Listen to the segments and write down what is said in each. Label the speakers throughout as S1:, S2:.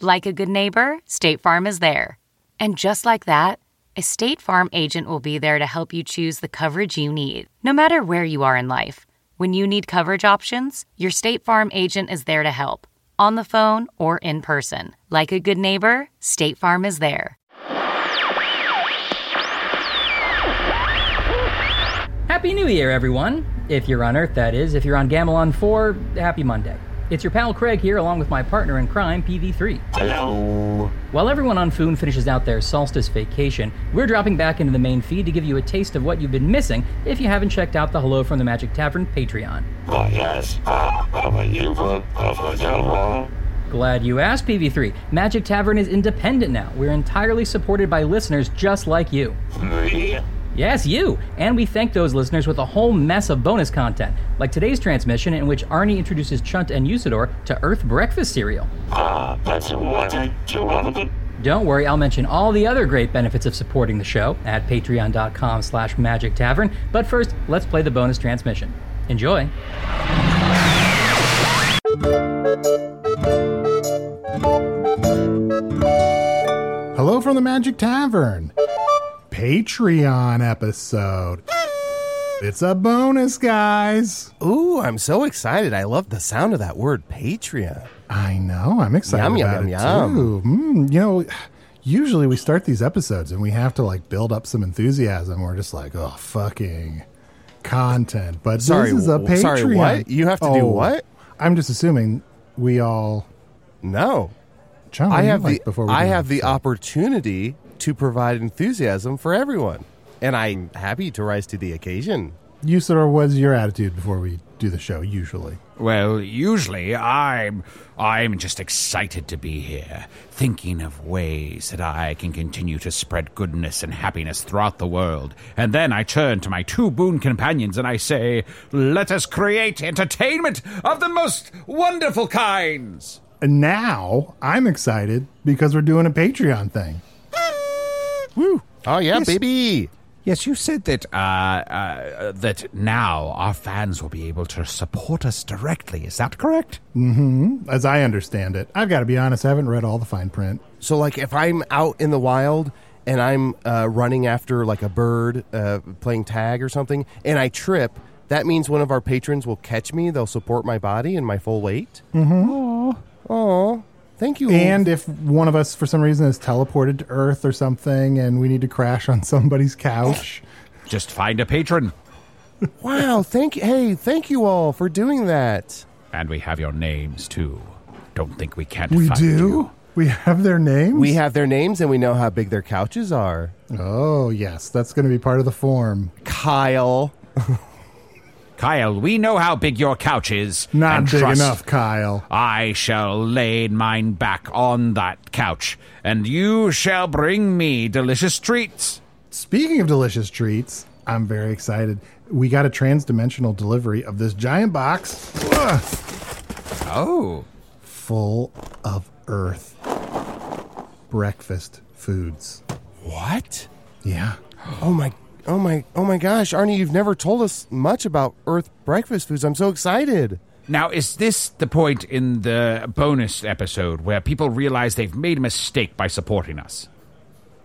S1: Like a good neighbor, State Farm is there. And just like that, a State Farm agent will be there to help you choose the coverage you need, no matter where you are in life. When you need coverage options, your State Farm agent is there to help, on the phone or in person. Like a good neighbor, State Farm is there.
S2: Happy New Year, everyone. If you're on Earth, that is. If you're on Gamelon 4, happy Monday. It's your pal Craig here, along with my partner in crime, PV3.
S3: Hello.
S2: While everyone on Foon finishes out their solstice vacation, we're dropping back into the main feed to give you a taste of what you've been missing if you haven't checked out the Hello from the Magic Tavern Patreon.
S3: Oh, yes. Uh, I'm a uh, human of a yellow.
S2: Glad you asked, PV3. Magic Tavern is independent now. We're entirely supported by listeners just like you.
S3: Me?
S2: Yes, you! And we thank those listeners with a whole mess of bonus content, like today's transmission in which Arnie introduces Chunt and Usador to Earth breakfast cereal.
S3: Uh, that's what I do want to
S2: Don't worry, I'll mention all the other great benefits of supporting the show at patreon.com slash magic tavern, but first, let's play the bonus transmission. Enjoy!
S4: Hello from the Magic Tavern. Patreon episode. It's a bonus, guys.
S5: Ooh, I'm so excited. I love the sound of that word, Patreon.
S4: I know. I'm excited
S5: Yum, yum,
S4: about it
S5: yum.
S4: too. Mm, you know, usually we start these episodes and we have to like build up some enthusiasm. We're just like, oh, fucking content. But
S5: Sorry,
S4: this is a
S5: w-
S4: Patreon. Oh,
S5: sorry, what? You have to do what?
S4: I'm just assuming we all.
S5: No.
S4: John, what do
S5: I
S4: Oh, you
S5: have
S4: like
S5: the
S4: before we
S5: I
S4: do
S5: have
S4: this?
S5: the opportunity to provide enthusiasm for everyone. And I'm happy to rise to the occasion.
S4: You sort of was your attitude before we do the show. Usually,
S6: Well, usually I'm I'm just excited to be here, thinking of ways that I can continue to spread goodness and happiness throughout the world. And then I turn to my two boon companions and I say, "Let us create entertainment of the most wonderful kinds."
S4: and now I'm excited because we're doing a Patreon thing.
S5: Oh yeah, baby.
S6: Yes, you said that uh, uh, that now our fans will be able to support us directly. Is that correct?
S4: as I understand it. I've got to be honest, I haven't read all the fine print.
S5: So like if I'm out in the wild and I'm uh, running after like a bird uh, playing tag or something and I trip, that means one of our patrons will catch me. They'll support my body and my full weight. Mm-hmm. Oh, thank you.
S4: And if one of us, for some reason, is teleported to Earth or something and we need to crash on somebody's couch,
S6: Just find a patron,
S5: Wow, thank hey, thank you all for doing that.
S6: and we have your names too. Don't think we can't.
S4: we
S6: find
S4: do.
S6: you.
S4: We have their names?
S5: We have their names and we know how big their couches are.
S4: Oh, yes. That's going to be part of the form.
S5: Kyle.
S6: Kyle, we know how big your couch is.
S4: Not
S6: and
S4: big
S6: trust,
S4: enough, Kyle.
S6: I shall lay mine back on that couch, and you shall bring me delicious treats.
S4: Speaking of delicious treats, I'm very excited. We got a transdimensional delivery of this giant box ugh,
S6: Oh,
S4: full of Earth breakfast foods.
S5: What?
S4: Yeah.
S5: Oh my oh my oh my gosh, Arnie, you've never told us much about Earth breakfast foods. I'm so excited.
S6: Now, is this the point in the bonus episode where people realize they've made a mistake by supporting us?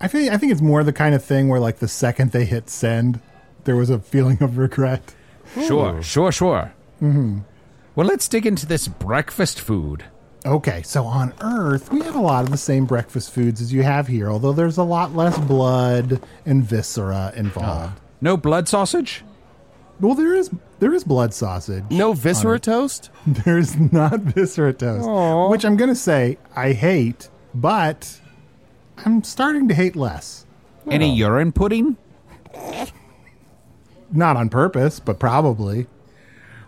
S4: I feel. I think it's more the kind of thing where, like, the second they hit send, there was a feeling of regret. Mm-hmm.
S6: Sure, sure, sure. Well, let's dig into this breakfast food.
S4: Okay, so on Earth, we have a lot of the same breakfast foods as you have here, although there's a lot less blood and viscera involved.
S6: No blood sausage?
S4: Well, there is there is blood sausage.
S5: No viscera toast?
S4: There's not viscera toast, which I'm going to say I hate, but I'm starting to hate less.
S6: Any urine pudding?
S4: Not on purpose, but probably.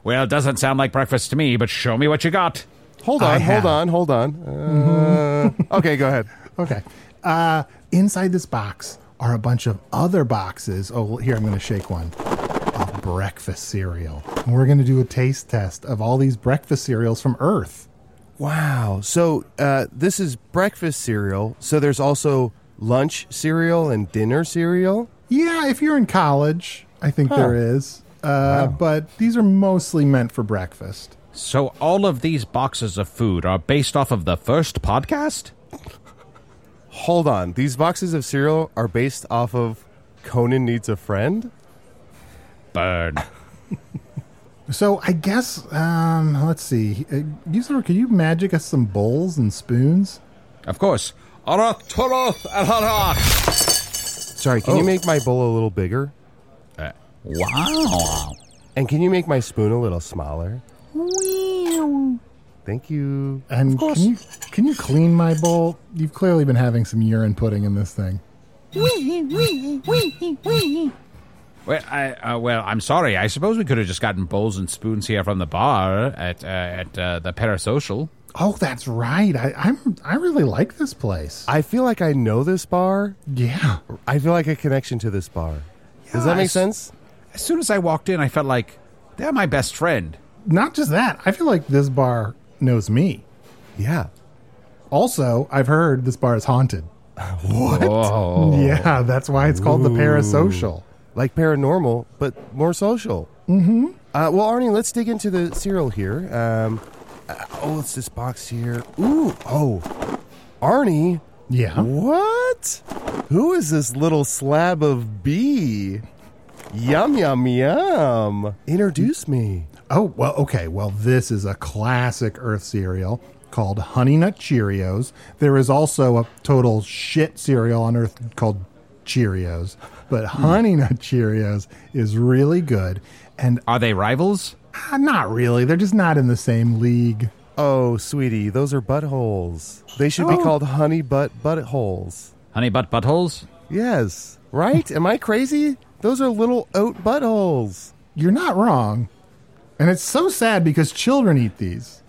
S6: Well, it doesn't sound like breakfast to me, but show me what you got.
S5: Hold
S4: I
S5: on, hold
S4: have.
S5: on, hold on. Uh, okay, go ahead.
S4: Okay. Uh, inside this box are a bunch of other boxes. Oh, well, here, I'm going to shake one of breakfast cereal. And we're going to do a taste test of all these breakfast cereals from Earth.
S5: Wow. So uh, this is breakfast cereal. So there's also lunch cereal and dinner cereal.
S4: Yeah, if you're in college, I think there is. Uh, But these are mostly meant for breakfast.
S6: So, all of these boxes of food are based off of the first podcast?
S5: Hold on. These boxes of cereal are based off of Conan Needs a Friend?
S6: Burn.
S4: So I guess, um, let's see. Uh, Usador, could you magic us some bowls and spoons?
S6: Of course. Aroth, toroth, aroth.
S5: Sorry,
S4: Oh.
S5: can you make my bowl a little bigger?
S6: Uh, Wow.
S5: And can you make my spoon a little smaller? Thank you.
S4: And can you can you clean my bowl? You've clearly been having some urine pudding in this thing.
S6: Well, I, uh, well, I'm sorry. I suppose we could have just gotten bowls and spoons here from the bar at uh, at uh, the parasocial.
S4: Oh, that's right. I, I'm I really like this place.
S5: I feel like I know this bar.
S4: yeah.
S5: I feel like a connection to this bar. Does that make
S6: Yes.
S5: sense?
S6: As soon as I walked in, I felt like they're my best friend.
S4: Not just that. I feel like this bar knows me.
S5: Yeah.
S4: Also, I've heard this bar is haunted.
S6: What? Oh,
S4: Yeah, that's why it's called the parasocial.
S5: like paranormal, but more social. Mm-hmm. Uh, well, Arnie, let's dig into the cereal here. Um, uh, oh, it's this box here. Ooh, oh, Arnie,
S4: Yeah.
S5: what? Who is this little slab of bee? Yum yum yum! Introduce me.
S4: Oh, well, okay. Well, this is a classic Earth cereal called Honey Nut Cheerios. There is also a total shit cereal on Earth called Cheerios, but Honey Nut Cheerios is really good. And
S6: Are they rivals?
S4: uh, not really, they're just not in the same league.
S5: Oh, sweetie, those are buttholes. They should be called honey butt buttholes.
S6: Honey butt buttholes?
S5: Yes, right? Am I crazy? Those are little oat buttholes.
S4: You're not wrong. And it's so sad because children eat these.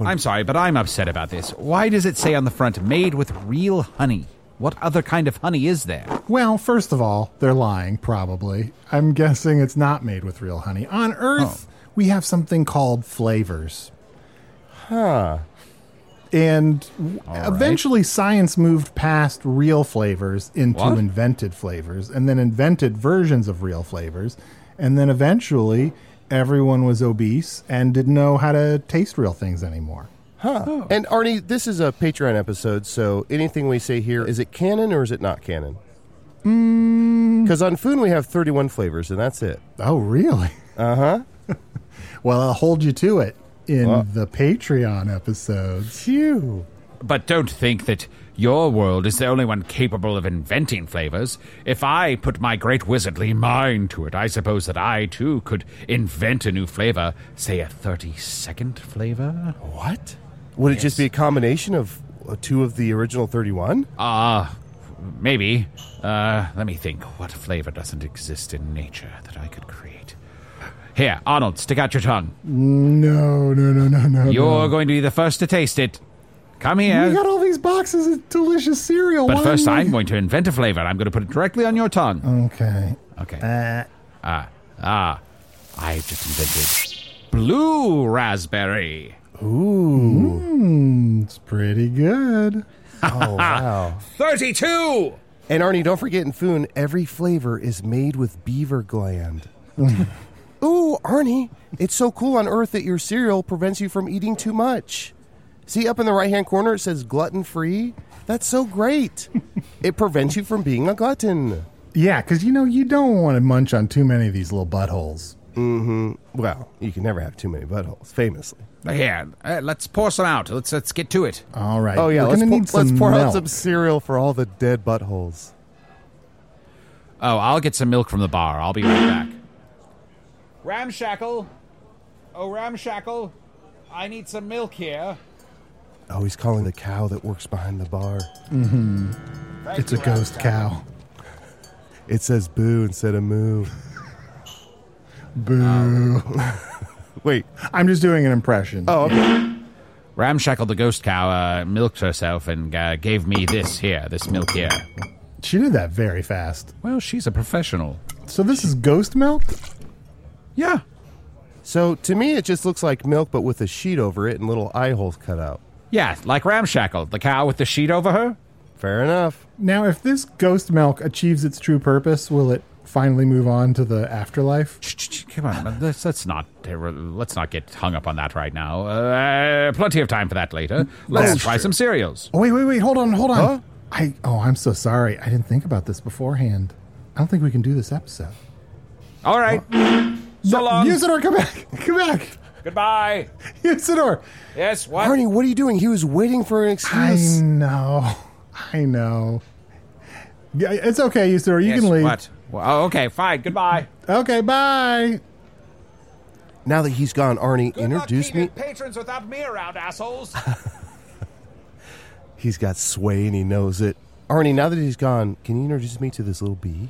S6: I'm sorry, but I'm upset about this. Why does it say on the front made with real honey? What other kind of honey is there?
S4: Well, first of all, they're lying, probably. I'm guessing it's not made with real honey. On Earth, we have something called flavors. Huh. And w- eventually, science moved past real flavors into
S6: What?
S4: invented flavors, and then invented versions of real flavors. And then eventually, everyone was obese and didn't know how to taste real things anymore.
S5: And Arnie, this is a Patreon episode, so anything we say here is it canon or is it not canon? Because on Foon we have 31 flavors, and that's it.
S4: Oh, really? Uh
S5: Uh-huh.
S4: huh. well, I'll hold you to it in the Patreon episodes.
S5: Phew.
S6: But don't think that your world is the only one capable of inventing flavors. If I put my great wizardly mind to it, I suppose that I too could invent a new flavor, say a 30 second flavor?
S5: What? Would it just be a combination of uh, two of the original 31?
S4: Uh,
S6: Ah, maybe. Uh, let me think. What flavor doesn't exist in nature that I could create? Here, Arnold, stick out your tongue.
S4: No, no, no, no, no.
S6: You're going to be the first to taste it. Come here.
S4: We got all these boxes of delicious cereal.
S6: But
S4: Why
S6: first,
S4: didn't
S6: I'm going to invent a flavor. I'm going to put it directly on your tongue.
S4: we- Okay.
S6: Okay. Ah, ah, I've just invented blue raspberry.
S4: Hmm, It's pretty good.
S5: Oh, wow.
S6: 32!
S5: and Arnie, don't forget in Foon, every flavor is made with beaver gland. Ooh, Arnie, it's so cool on Earth that your cereal prevents you from eating too much. See, up in the right hand corner, it says glutton free. That's so great. it prevents you from being a glutton.
S4: Yeah, because you know you don't want to munch on too many of these little buttholes.
S5: Well, you can never have too many buttholes, famously.
S6: Here, uh, let's pour some out. Let's let's get to it.
S4: All right.
S5: Oh yeah,
S4: We're
S5: let's,
S4: gonna
S5: pour,
S4: need
S5: let's
S4: some
S5: pour out
S4: milk.
S5: some cereal for all the dead buttholes.
S6: Oh, I'll get some milk from the bar. I'll be right back. Ramshackle, oh Ramshackle, I need some milk here.
S5: Oh, he's calling the cow that works behind the bar.
S4: It's a ghost cow.
S5: It says boo instead of moo.
S4: Boo.
S5: Oh. Wait,
S4: I'm just doing an impression. Oh,
S6: Ramshackle, the ghost cow, uh, milked herself and uh, gave me this here, this milk here.
S4: she did that very fast.
S6: Well, she's a professional.
S4: So this is ghost milk.
S6: Yeah.
S5: so to me it just looks like milk, but with a sheet over it and little eye holes cut out.
S6: Yeah, like Ramshackle, the cow with the sheet over her.
S5: Fair enough.
S4: Now, if this ghost milk achieves its true purpose, will it finally move on to the afterlife?
S6: Shh, shh, shh, Come on, let's, let's not let's not get hung up on that right now. Uh, plenty of time for that later. Let's
S4: That's
S6: try some cereals.
S4: Oh, wait, wait, wait. Hold on, hold on. I oh, I'm so sorry. I didn't think about this beforehand. I don't think we can do this episode.
S6: All right. So long.
S4: Usador, come back. Come back.
S6: Goodbye.
S4: Usador.
S6: Yes. What?
S5: Arnie, what are you doing? He was waiting for an
S4: I
S5: excuse.
S4: know. I know. Yeah, it's okay, Usador. You
S6: Yes,
S4: can leave.
S6: What? Well, oh, okay. Fine. Goodbye.
S4: Okay, bye.
S5: Now that he's gone, Arnie,
S6: Good luck
S5: introduce
S6: keeping
S5: me.
S6: patrons without me around, assholes.
S5: He's got sway and he knows it. Arnie, now that he's gone, can you introduce me to this little bee?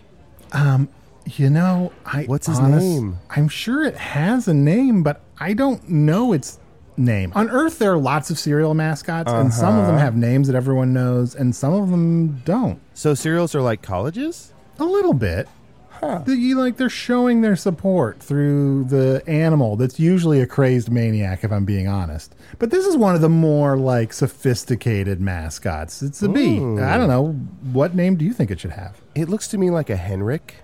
S4: You know, I
S5: What's his
S4: honest-
S5: name?
S4: I'm sure it has a name, but I don't know its name. On Earth, there are lots of cereal mascots, and some of them have names that everyone knows, and some of them don't.
S5: So cereals are like colleges?
S4: A little bit. Huh. You like they're showing their support through the animal that's usually a crazed maniac, if I'm being honest. But this is one of the more like sophisticated mascots. It's a bee. I don't know what name do you think it should have?
S5: It looks to me like a Henrik.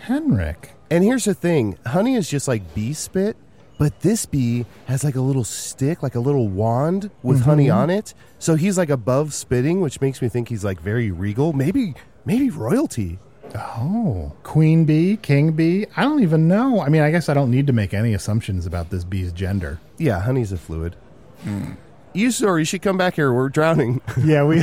S4: Henrik.
S5: And here's the thing honey is just like bee spit, but this bee has like a little stick, like a little wand with honey
S4: Mm-hmm.
S5: on it. So he's like above spitting, which makes me think he's like very regal. Maybe, maybe royalty.
S4: Oh, queen bee, king bee. I don't even know. I mean, I guess I don't need to make any assumptions about this bee's gender.
S5: Yeah, honey's a fluid. You, sir, you should come back here. We're drowning.
S4: Hmm. Yeah, we.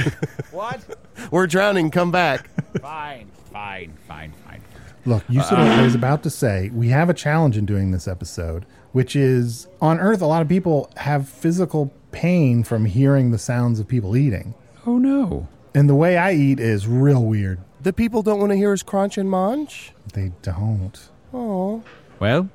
S6: what?
S5: We're drowning. Come back.
S6: Fine. Fine. Fine. Fine.
S4: Look, you said what I was about to say. We have a challenge in doing this episode, which is on Earth, a lot of people have physical pain from hearing the sounds of people eating.
S6: Oh no.
S4: And the way I eat is real weird.
S5: The people don't want to hear us crunch and munch.
S4: They don't.
S6: Well,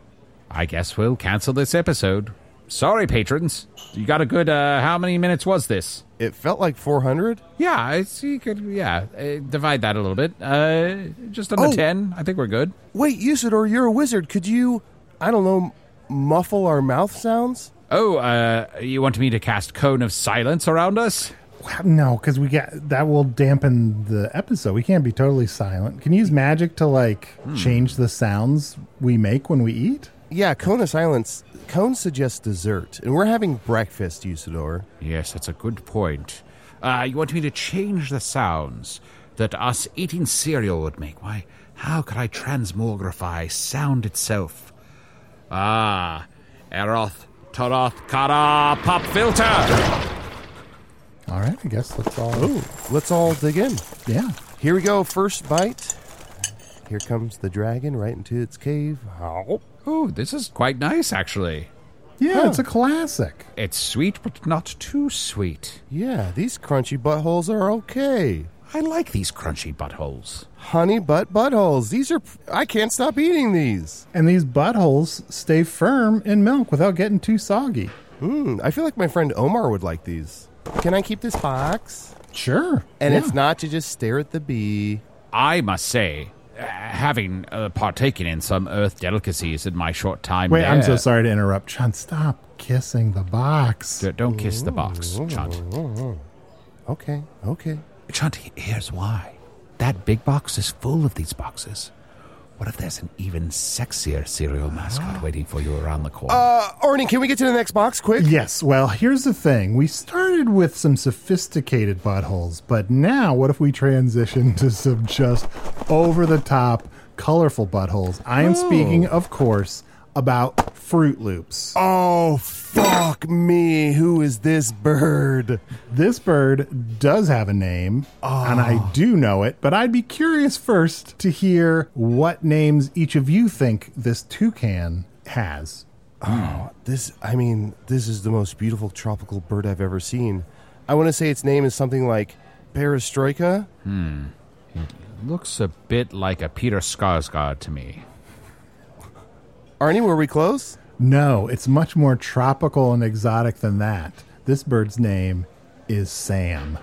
S6: I guess we'll cancel this episode. Sorry, patrons. You got a good. Uh, how many minutes was this?
S5: It felt like 400.
S6: Yeah, it's, you could. Yeah, uh, divide that a little bit. Uh, just under
S5: Oh.
S6: ten. I think we're good.
S5: Wait, Usador, you're a wizard. Could you, I don't know, muffle our mouth sounds?
S6: Oh, uh, you want me to cast cone of silence around us?
S4: Well, No, because we got that will dampen the episode. We can't be totally silent. Can you use magic to like change the sounds we make when we eat?
S5: Yeah, cone of silence. Cone suggests dessert, and we're having breakfast, Usador.
S6: Yes, that's a good point. Uh, you want me to change the sounds that us eating cereal would make? Why, how could I transmogrify sound itself? Ah, Eroth, Toroth, Kara, Pop Filter!
S4: All right, I guess that's all.
S5: Let's all dig in.
S4: Yeah.
S5: Here we go. First bite. Here comes the dragon right into its cave. Ow.
S6: Oh, this is quite nice, actually.
S4: Yeah,
S5: Huh.
S4: it's a classic.
S6: It's sweet, but not too sweet.
S5: Yeah, these crunchy buttholes are okay.
S6: I like these crunchy buttholes.
S5: Honey butt buttholes. These are. I can't stop eating these.
S4: And these buttholes stay firm in milk without getting too soggy.
S5: Hmm. I feel like my friend Omar would like these. Can I keep this box?
S4: Sure.
S5: And
S4: Yeah.
S5: it's not to just stare at the bee.
S6: I must say, uh, having uh, partaken in some earth delicacies in my short time
S4: Wait, I'm so
S6: there-
S4: sorry to interrupt. John, stop kissing the box.
S6: D- Don't kiss the box, Chunt.
S5: Okay. Okay.
S6: Chunt, he- here's why. That big box is full of these boxes. What if there's an even sexier cereal mascot waiting for you around the corner?
S5: Uh, Arnie, can we get to the next box quick?
S4: Yes, well, here's the thing. We started with some sophisticated buttholes, but now what if we transition to some just over the top, colorful buttholes? I am speaking, of course, about Fruit Loops.
S5: Oh, fuck me. Who is this bird?
S4: This bird does have a name, and
S5: Ah.
S4: I do know it, but I'd be curious first to hear what names each of you think this toucan has.
S5: This, I mean, this is the most beautiful tropical bird I've ever seen. I want to say its name is something like Perestroika.
S6: Looks a bit like a Peter Skarsgård to me.
S5: Arnie, were we close?
S4: No, it's much more tropical and exotic than that. This bird's name is Sam,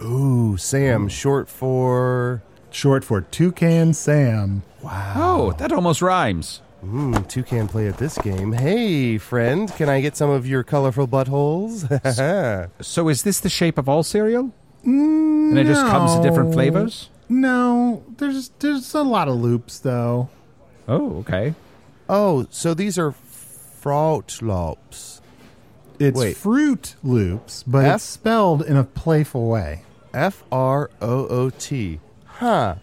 S5: Ooh, Sam, short for
S4: short for Toucan Sam.
S6: Oh, that almost rhymes.
S5: mm, toucan play at this game. Hey, friend, can I get some of your colorful buttholes?
S6: So is this the shape of all cereal? and it just comes in different
S4: Mm, no.
S6: flavors?
S4: No, there's there's a lot of loops though.
S6: Oh, okay.
S5: oh, so these are fraut lops.
S4: It's
S5: Wait.
S4: Fruit Loops, but
S5: F?
S4: it's spelled in a playful way.
S5: F R O O T. Huh.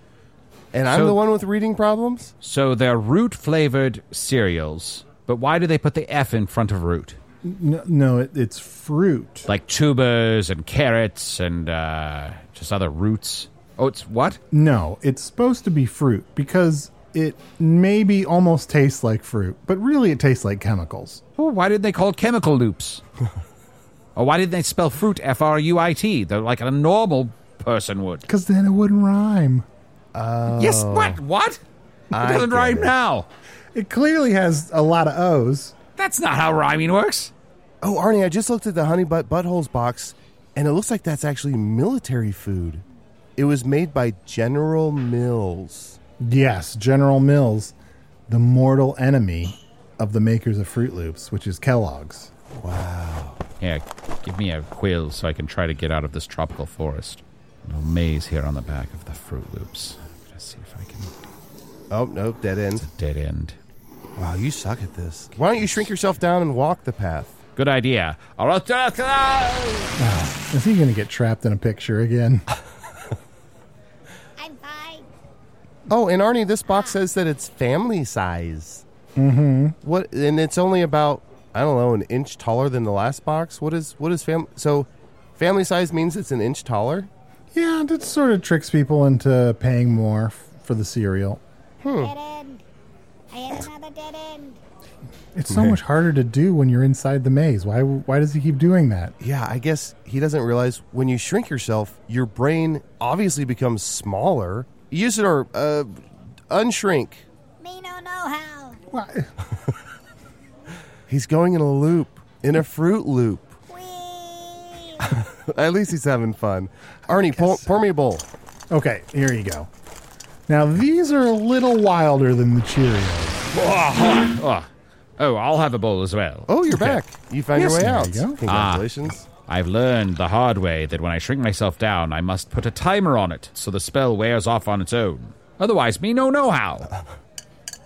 S5: And I'm
S6: So-
S5: the one with reading problems?
S6: So they're root flavored cereals, but why do they put the F in front of root?
S4: No, no it, it's fruit.
S6: Like tubers and carrots and uh, just other roots. Oh, it's what?
S4: No, it's supposed to be fruit because it maybe almost tastes like fruit, but really it tastes like chemicals.
S6: Oh, why did they call it chemical loops? or why didn't they spell fruit F R U I T? They're like a normal person would.
S4: Because then it wouldn't rhyme.
S6: Yes, what? What? It doesn't
S5: Oh. get
S6: rhyme
S5: it.
S6: now.
S4: It clearly has a lot of O's.
S6: That's not how rhyming works.
S5: Oh, Arnie, I just looked at the honey butt buttholes box, and it looks like that's actually military food. It was made by General Mills.
S4: Yes, General Mills, the mortal enemy of the makers of Fruit Loops, which is Kellogg's.
S6: Here, give me a quill so I can try to get out of this tropical forest. No maze here on the back of the Fruit Loops. I'm gonna see if I can
S5: Oh, nope, dead end.
S6: dead end.
S5: Wow, you suck at this. Why don't you shrink yourself down and walk the path?
S6: Good idea. All right.
S4: Is he going to get trapped in a picture again?
S7: I'm fine.
S5: Oh, and Arnie, this box says that it's family size. Mm-hmm. What? And it's only about I don't know an inch taller than the last box. What is what is fam? So, family size means it's an inch taller.
S4: yeah, that sort of tricks people into paying more f- for the cereal.
S7: Dead end. I had another dead end.
S4: It's so much harder to do when you're inside the maze. Why, why does he keep doing that?
S5: Yeah, I guess he doesn't realize when you shrink yourself, your brain obviously becomes smaller. Use it or uh, unshrink.
S7: Me no know how.
S4: Why?
S5: He's going in a loop, in a fruit loop.
S7: Whee!
S5: At least he's having fun. Arnie, pour, pour me a bowl.
S4: Okay, here you go. Now these are a little wilder than the Cheerios.
S6: Oh, oh, I'll have a bowl as well.
S5: Oh, you're back. You found
S4: Yes,
S5: your way
S4: there
S5: out.
S4: you go. Ah.
S5: Congratulations.
S6: I've learned the hard way that when I shrink myself down, I must put a timer on it so the spell wears off on its own. Otherwise, me no know how.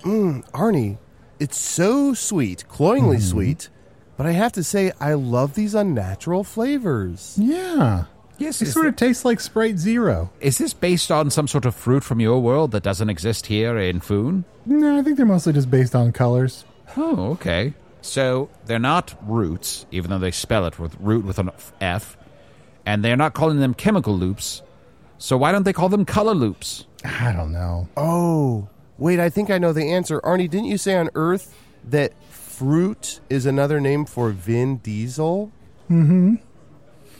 S5: Arnie, it's so sweet, cloyingly
S4: Mm-hmm.
S5: sweet, but I have to say, I love these unnatural flavors.
S4: Yeah.
S6: Yes,
S4: They
S6: is
S4: sort of taste like Sprite Zero.
S6: Is this based on some sort of fruit from your world that doesn't exist here in Foon?
S4: No, I think they're mostly just based on colors.
S6: Oh, okay. So they're not roots, even though they spell it with root with an F, and they're not calling them chemical loops. So why don't they call them color loops?
S4: I don't know. Uh,
S5: Oh, wait, I think I know the answer. Arnie, didn't you say on Earth that fruit is another name for Vin Diesel?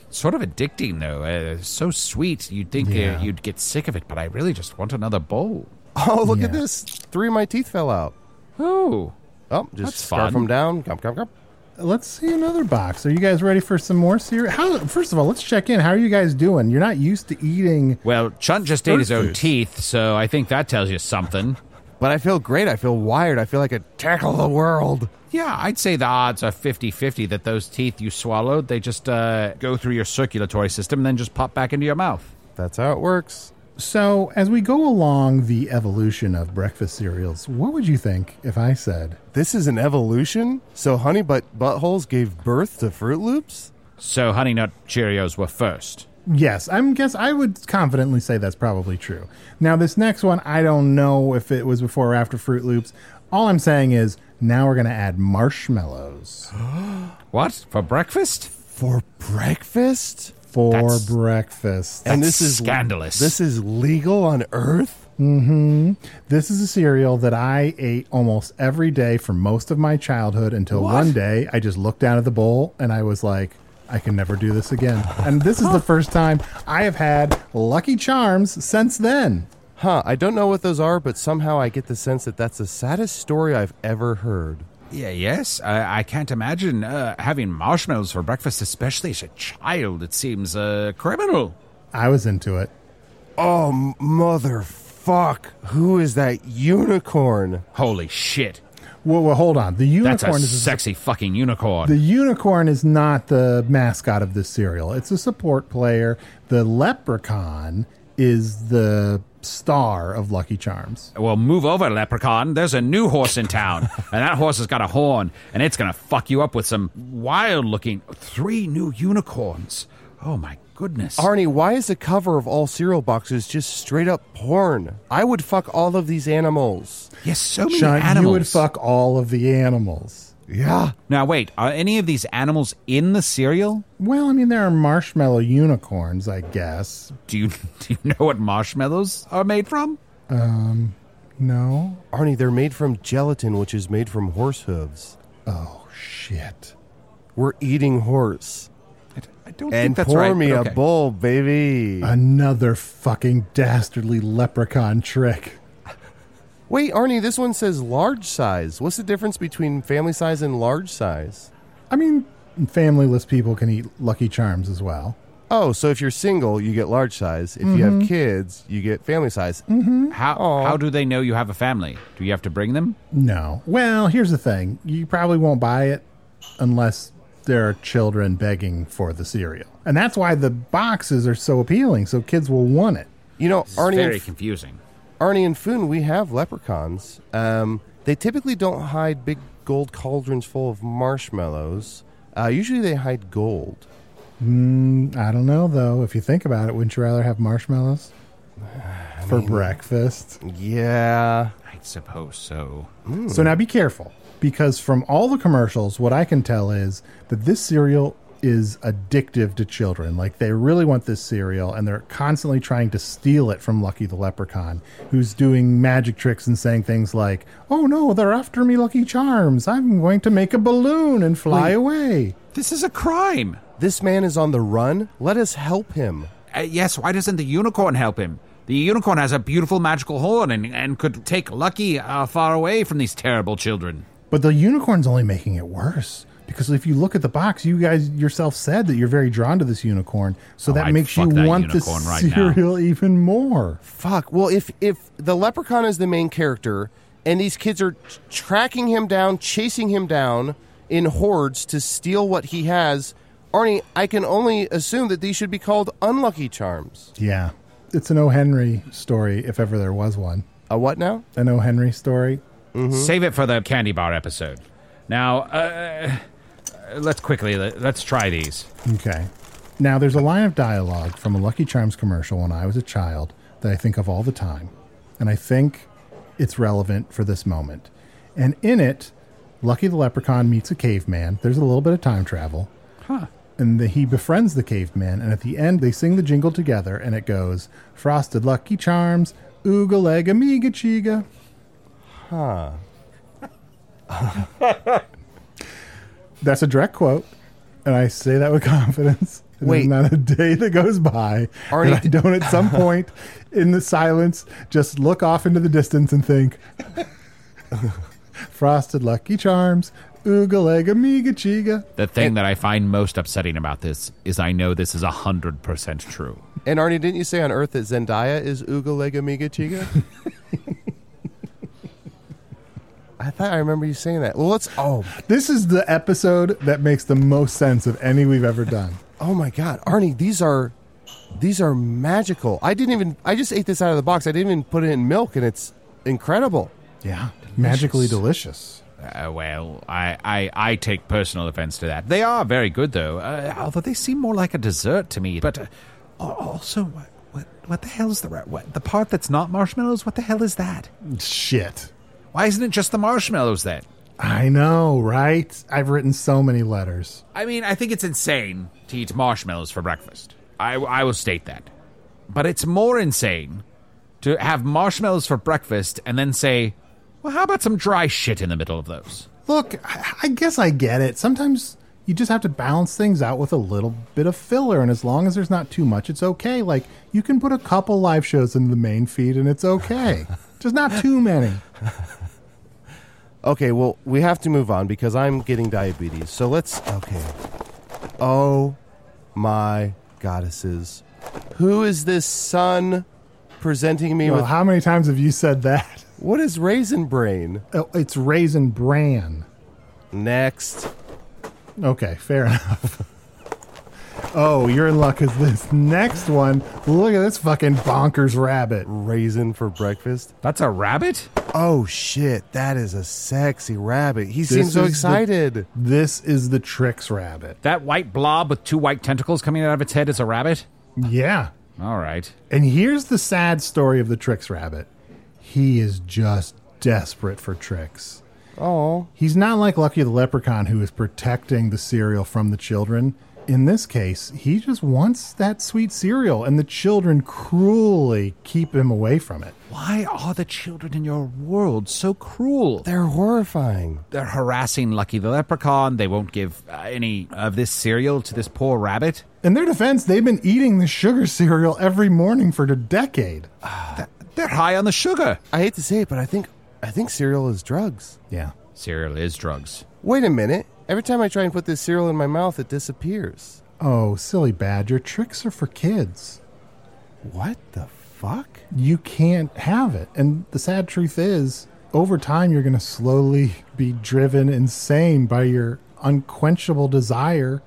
S6: Sort of addicting, though. Uh, so sweet, you'd think uh,
S4: Yeah.
S6: you'd get sick of it, but I really just want another bowl.
S5: Oh, look at
S4: Yeah.
S5: this. Three of my teeth fell out.
S6: Oh,
S5: Oh, just
S6: That's
S5: scarf
S6: fun.
S5: them down. Gum, gum, gum.
S4: Let's see another box. Are you guys ready for some more cereal? How first of all, let's check in. How are you guys doing? You're not used to eating
S6: well, Chunt just ate his own
S4: food.
S6: teeth, so I think that tells you something.
S5: But I feel great. I feel wired. I feel like I could tackle the world.
S6: Yeah, I'd say the odds are 50 50 that those teeth you swallowed, they just uh, go through your circulatory system and then just pop back into your mouth.
S5: That's how it works.
S4: So as we go along the evolution of breakfast cereals, what would you think if I said
S5: This is an evolution? So Honey Butt Buttholes gave birth to Fruit Loops?
S6: So Honey Nut Cheerios were first.
S4: Yes, I'm guess I would confidently say that's probably true. Now this next one, I don't know if it was before or after Fruit Loops. All I'm saying is Now we're going to add marshmallows
S6: What? For breakfast?
S5: For breakfast?
S4: for
S6: That's- e-,
S4: breakfast.
S5: and
S6: That's
S5: this is
S6: scandalous.
S5: This is legal on Earth.
S4: This is a cereal that I ate almost every day for most of my childhood until one day I just looked down at the bowl and I was like, I can never do this again. And this is the first time I have had Lucky Charms since then.
S5: Huh? I don't know what those are, but somehow I get the sense that that's the saddest story I've ever heard.
S6: Yeah, yes. I, I can't imagine uh, having marshmallows for breakfast, especially as a child. It seems uh, criminal.
S4: I was into it.
S5: Oh, m- motherfuck! Who is that unicorn?
S6: Holy shit.
S4: Well, well hold on. The
S6: That's a
S4: unicorn is
S6: sexy fucking unicorn.
S4: the unicorn is not the mascot of this cereal. It's a support player. The leprechaun is the star of Lucky Charms.
S6: well, move over, leprechaun. There's a new horse in town, and that horse has got a horn, and it's going to fuck you up with some wild looking three new unicorns. Oh, my goodness.
S5: Arnie, why is the cover of all cereal boxes just straight up porn? I would fuck all of these animals.
S6: yes, so many
S4: Sean,
S6: animals.
S4: you would fuck all of the animals.
S5: Yeah.
S6: Now, wait, are any of these animals in the cereal?
S4: Well, I mean, there are marshmallow unicorns, I guess.
S6: Do you, do you know what marshmallows are made from?
S4: No?
S5: Arnie, they're made from gelatin, which is made from horse hooves.
S4: Oh, shit.
S5: We're eating horse.
S6: I, d- I don't
S5: And
S6: think that's
S5: pour
S6: right.
S5: me
S6: but
S5: a
S6: okay.
S5: bowl, baby.
S4: Another fucking dastardly leprechaun trick.
S5: Wait, Arnie, this one says large size. What's the difference between family size and large size?
S4: I mean, familyless people can eat Lucky Charms as well.
S5: Oh, so if you're single, you get large size. If you have kids, you get family size.
S6: How, how do they know you have a family? Do you have to bring them?
S4: No. Well, here's the thing you probably won't buy it unless there are children begging for the cereal. And that's why the boxes are so appealing, so kids will want it.
S5: You know,
S6: It's
S5: Arnie
S6: very
S5: and,
S6: confusing.
S5: Arnie and Foon, we have leprechauns. Um, they typically don't hide big gold cauldrons full of marshmallows. Uh, usually they hide gold.
S4: I don't know, though. If you think about it, wouldn't you rather have marshmallows? For breakfast.
S5: Yeah.
S6: I suppose so.
S4: So now be careful because from all the commercials, what I can tell is that this cereal is addictive to children. Like they really want this cereal and they're constantly trying to steal it from Lucky the Leprechaun, who's doing magic tricks and saying things like, Oh no, they're after me, Lucky Charms. I'm going to make a balloon and fly away.
S6: This is a crime.
S5: This man is on the run. Let us help him.
S6: Uh, yes, why doesn't the unicorn help him? The unicorn has a beautiful magical horn and, and could take Lucky uh, far away from these terrible children.
S4: But the unicorn's only making it worse. Because if you look at the box, you guys yourself said that you're very drawn to this unicorn, so that
S6: Oh, I'd
S4: makes you
S6: fuck that
S4: want this
S6: unicorn right now.
S4: cereal even more.
S5: Fuck. Well, if if the leprechaun is the main character and these kids are t- tracking him down, chasing him down in hordes to steal what he has, Arnie, I can only assume that these should be called unlucky charms.
S4: Yeah. It's an O. Henry story, if ever there was one.
S5: A what now?
S4: An O. Henry story.
S6: Save it for the candy bar episode. Now, uh, let's quickly let, let's try these.
S4: Okay. Now, there's a line of dialogue from a Lucky Charms commercial when I was a child that I think of all the time. And I think it's relevant for this moment. And in it, Lucky the Leprechaun meets a caveman. There's a little bit of time travel. and the, he befriends the caveman. And at the end, they sing the jingle together, and it goes Frosted Lucky Charms, Ooga Leg Amiga Chiga. Huh. That's a direct quote, and I say that with confidence. And
S5: Wait.
S4: There's not a day that goes by
S5: Arnie,
S4: that I
S5: did-
S4: don't at some point in the silence just look off into the distance and think, Frosted Lucky Charms, Ooga Leg Amiga Chiga.
S6: The thing that I find most upsetting about this is I know this is 100% true.
S5: And Arnie, didn't you say on Earth that Zendaya is Ooga Lega Miga Chiga? I thought I remember you saying that. Well, let's. Oh,
S4: This is the episode that makes the most sense of any we've ever done.
S5: Oh my god, Arnie, these are these are magical. I didn't even I just ate this out of the box. I didn't even put it in milk and it's incredible.
S4: Yeah. Magically delicious.
S6: Uh, well, I, I, I take personal offense to that. They are very good, though, uh, although they seem more like a dessert to me. But uh, al- also, what, what, what the hell's the, ra- what, the part that's not marshmallows? What the hell is that?
S4: Shit.
S6: Why isn't it just the marshmallows then?
S4: I know, right? I've written so many letters.
S6: I mean, I think it's insane to eat marshmallows for breakfast. I, I will state that. But it's more insane to have marshmallows for breakfast and then say, well, how about some dry shit in the middle of those?
S4: Look, I, I guess I get it. Sometimes you just have to balance things out with a little bit of filler, and as long as there's not too much, it's okay. Like you can put a couple live shows into the main feed, and it's okay. just not too many.
S5: Okay, well, we have to move on because I'm getting diabetes. So let's. Okay. Oh my goddesses. Who is this son presenting me
S4: Well,
S5: with?
S4: how many times have you said that?
S5: what is raisin brain?
S4: Oh, it's Raisin Bran.
S5: Next.
S4: Okay, fair enough. oh, you're in luck because this next one. Look at this fucking bonkers rabbit.
S5: Raisin for breakfast.
S6: That's a rabbit?
S5: Oh shit, that is a sexy rabbit. He
S4: This
S5: seems so
S4: is the-
S5: excited.
S4: This is the Tricks rabbit.
S6: That white blob with two white tentacles coming out of its head is a rabbit?
S4: Yeah.
S6: All right.
S4: And here's the sad story of the Tricks rabbit. He is just desperate for tricks.
S5: oh.
S4: He's not like Lucky the Leprechaun, who is protecting the cereal from the children. In this case, he just wants that sweet cereal, and the children cruelly keep him away from it.
S6: Why are the children in your world so cruel?
S5: They're horrifying.
S6: They're harassing Lucky the Leprechaun. They won't give uh, any of this cereal to this poor rabbit.
S4: In their defense, they've been eating the sugar cereal every morning for a decade.
S6: They're high on the sugar.
S5: I hate to say it, but I think I think cereal is drugs.
S4: Yeah.
S6: Cereal is drugs.
S5: Wait a minute. Every time I try and put this cereal in my mouth, it disappears.
S4: Oh, silly badger, tricks are for kids.
S5: What the fuck?
S4: You can't have it. And the sad truth is, over time, you're going to slowly be driven insane by your unquenchable desire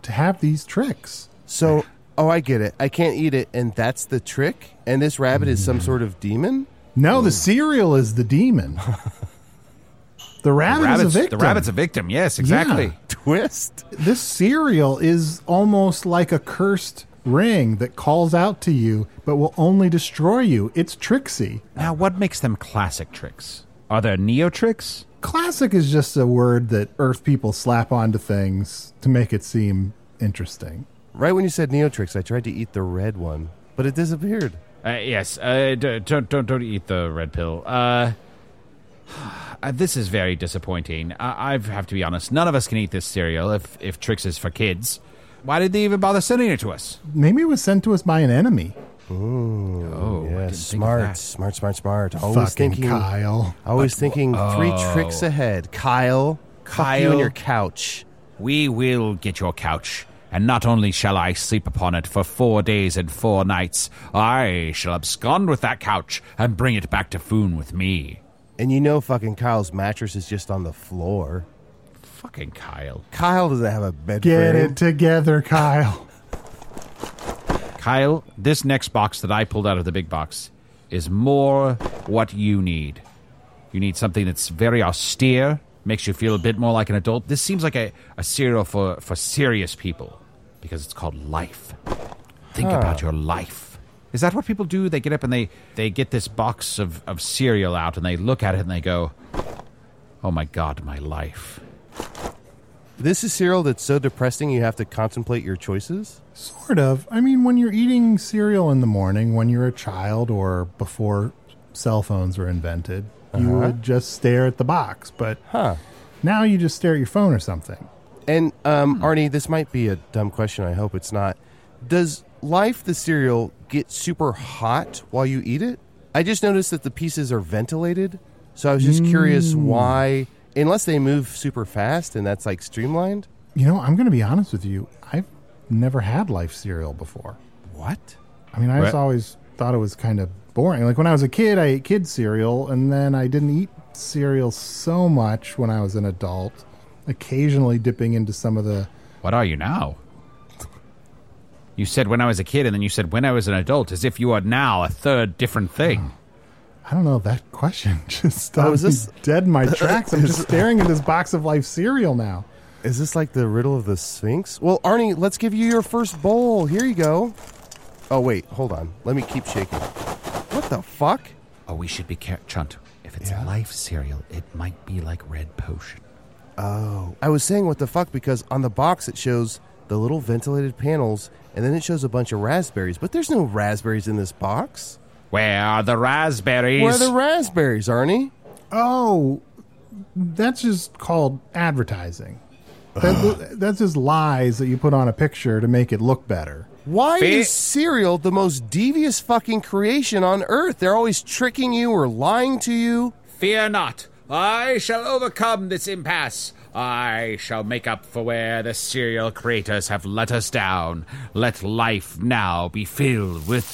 S4: to have these tricks.
S5: So, oh, I get it. I can't eat it, and that's the trick. And this rabbit is some sort of demon.
S4: No, the cereal is the demon. the rabbit is a
S6: Rabbit's-
S4: victim.
S6: The rabbit's a victim. Yes, exactly.
S5: Twist.
S4: this cereal is almost like a cursed ring that calls out to you but will only destroy you. It's Trixie.
S6: Now, what makes them classic tricks? Are there neo tricks?
S4: Classic is just a word that Earth people slap onto things to make it seem interesting.
S5: Right when you said Neotrix, I tried to eat the red one, but it disappeared.
S6: Uh, yes. Uh, d- don't don't don't eat the red pill. Uh, uh, this is very disappointing. I I've have to be honest. None of us can eat this cereal if if Trix is for kids. Why did they even bother sending it to us?
S4: Maybe it was sent to us by an enemy.
S6: Oh,
S5: Yeah, smart, smart, smart, smart. Always
S4: Fucking
S5: thinking.
S4: Kyle.
S5: Always thinking three tricks ahead. Kyle, fuck you
S6: Kyle.
S5: and your couch.
S6: We will get your couch, and not only shall I sleep upon it for four days and four nights, I shall abscond with that couch and bring it back to Foon with me.
S5: And you know, fucking Kyle's mattress is just on the floor.
S6: Fucking Kyle.
S5: Kyle doesn't have a bed
S4: Get
S5: frame.
S4: it together, Kyle.
S6: Kyle, this next box that I pulled out of the big box is more what you need. You need something that's very austere, makes you feel a bit more like an adult. This seems like a, a cereal for, for serious people because it's called life. Think about your life. Is that what people do? They get up and they, they get this box of, of cereal out and they look at it and they go, Oh my God, my life.
S5: This is cereal that's so depressing you have to contemplate your choices.
S4: Sort of. I mean, when you're eating cereal in the morning, when you're a child or before cell phones were invented, you would just stare at the box. But
S5: Huh.
S4: now you just stare at your phone or something.
S5: And um, Arnie, this might be a dumb question. I hope it's not. Does life the cereal get super hot while you eat it? I just noticed that the pieces are ventilated, so I was just curious why. Unless they move super fast and that's like streamlined.
S4: You know, I'm going to be honest with you. I've never had life cereal before.
S5: What?
S4: I mean, I just
S6: Right.
S4: always thought it was kind of boring. Like when I was a kid, I ate kid cereal, and then I didn't eat cereal so much when I was an adult. Occasionally dipping into some of the
S6: What are you now? You said when I was a kid, and then you said when I was an adult, as if you are now a third different thing.
S4: I don't know. That question just stopped
S5: Oh, is
S4: me
S5: this-
S4: dead in my tracks. I'm just staring at this box of life cereal now.
S5: Is this like the riddle of the Sphinx? Well, Arnie, let's give you your first bowl. Here you go. Oh wait, hold on. Let me keep shaking. What the fuck?
S6: Oh, we should be care- Chunt. If
S8: If it's a life cereal, it might be like red potion.
S5: I was saying what the fuck because on the box it shows the little ventilated panels and then it shows a bunch of raspberries, but there's no raspberries in this box.
S6: Where are the raspberries?
S5: Where are the raspberries, Arnie?
S4: Oh, that's just called advertising. That, that's just lies that you put on a picture to make it look better.
S5: Why
S6: Fe-
S5: is cereal the most devious fucking creation on earth? They're always tricking you or lying to you.
S6: Fear not. I shall overcome this impasse. I shall make up for where the serial creators have let us down. Let life now be filled with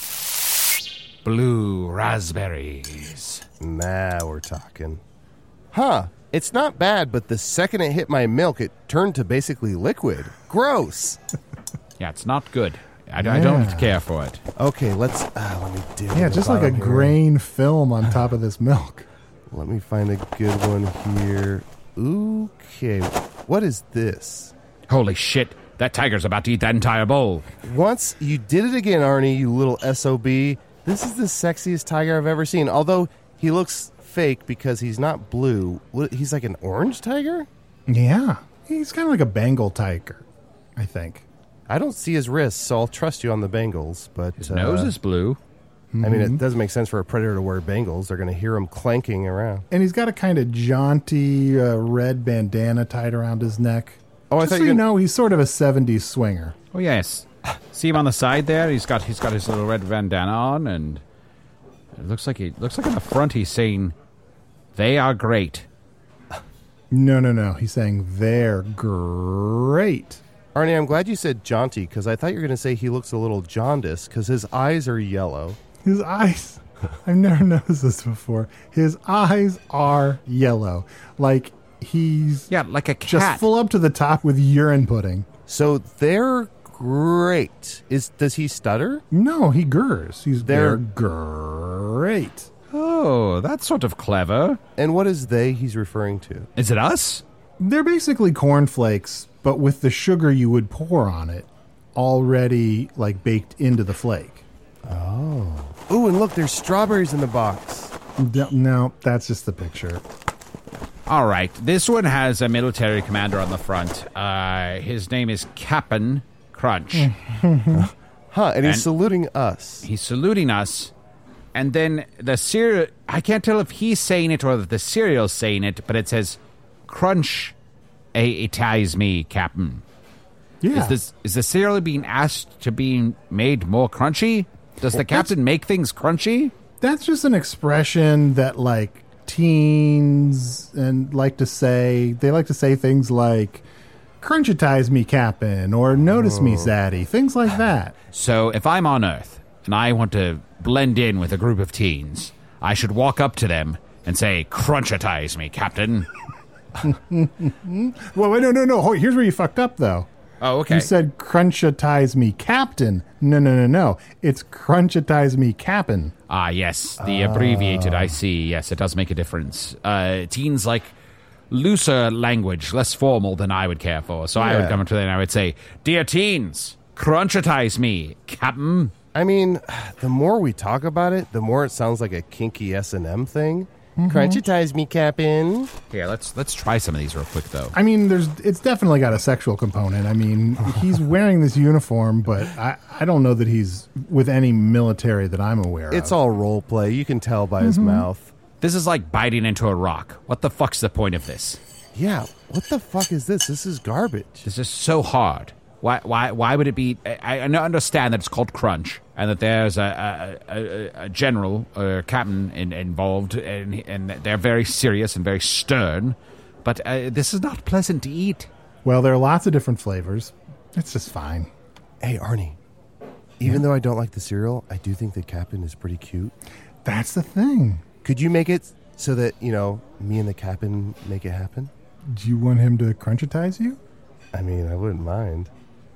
S6: blue raspberries.
S5: Now we're talking. Huh. It's not bad, but the second it hit my milk, it turned to basically liquid. Gross.
S6: Yeah, it's not good. I, I don't
S4: Yeah.
S6: care for it.
S5: Okay, let's. Uh, let me do.
S4: Yeah, just like a grain film on top of this milk.
S5: Let me find a good one here. Okay, what is this?
S6: Holy shit, that tiger's about to eat that entire bowl.
S5: Once you did it again, Arnie, you little SOB. This is the sexiest tiger I've ever seen. Although he looks fake because he's not blue. What, he's like an orange tiger?
S4: Yeah, he's kind of like a Bengal tiger, I think.
S5: I don't see his wrists, so I'll trust you on the bangles. But uh,
S6: His nose is blue.
S5: I mean, it doesn't make sense for a predator to wear bangles. They're going to hear him clanking around.
S4: And he's got a kind of jaunty uh, red bandana tied around his neck.
S5: Oh, I
S4: just
S5: thought
S4: so
S5: you
S4: you
S5: were gonna-
S4: know, he's sort of a '70s swinger.
S6: Oh yes. See him on the side there. He's got he's got his little red bandana on, and it looks like he looks like on the front he's saying, "They are great."
S4: No, no, no. He's saying they're great.
S5: Arnie, I'm glad you said jaunty because I thought you were going to say he looks a little jaundiced because his eyes are yellow.
S4: His eyes. I've never noticed this before. His eyes are yellow, like he's
S6: Yeah, like a cat.
S4: just full up to the top with urine pudding.
S5: So they're great. Is does he stutter?
S4: No, he gurs. He's they're
S5: They're-
S4: great.
S6: oh, that's sort of clever.
S5: And what is they he's referring to?
S6: Is it us?
S4: They're basically cornflakes, but with the sugar you would pour on it already like baked into the flake.
S5: Ooh, and look, there's strawberries in the box.
S4: No, No, that's just the picture.
S6: All right. This one has a military commander on the front. Uh, his name is Captain Crunch.
S5: Huh, and he's
S6: And-
S5: saluting us.
S6: He's saluting us, and then the cereal. I can't tell if he's saying it or that the cereal's saying it, but it says, "Crunch, a ties me, Captain."
S4: Yeah.
S6: Is this is the cereal being asked to be made more crunchy? Does the captain make things crunchy?
S4: that's just an expression that like teens and like to say they like to say things like crunchitize me cap'n or notice me zaddy things like that
S6: So if I'm on Earth and I want to blend in with a group of teens, I should walk up to them and say, "Crunchitize me, Captain."
S4: well wait, no no no Hold- here's where you fucked up though
S6: Oh, okay.
S4: you said crunchitize me captain no no no no it's crunchitize me cap'n
S6: Ah, yes, the abbreviated. I see. Yes, it does make a difference. Uh, teens like looser language, less formal than I would care for. So I would
S5: Yeah.
S6: come up to them and I would say, "Dear teens, crunchitize me, Captain."
S5: I mean, the more we talk about it, the more it sounds like a kinky S and M thing. Crunchy ties me cap in.
S6: Here, let's let's try some of these real quick, though.
S4: I mean, there's it's definitely got a sexual component. I mean, he's wearing this uniform, but I, I don't know that he's with any military that I'm aware
S5: It's
S4: of.
S5: all role play. You can tell by his mouth.
S6: This is like biting into a rock. What the fuck's the point of this?
S5: Yeah, what the fuck is this? This is garbage.
S6: This is so hard. Why, why, why would it be? I, I understand that it's called crunch, and that there's a a, a, a general or a captain in, involved, and and they're very serious and very stern. But uh, this is not pleasant to eat.
S4: Well, there are lots of different flavors. It's just fine.
S5: Hey, Arnie. Even though I don't like the cereal, I do think the captain is pretty cute.
S4: That's the thing.
S5: Could you make it so that, you know, me and the captain make it happen?
S4: Do you want him to crunchitize you?
S5: I mean, I wouldn't mind.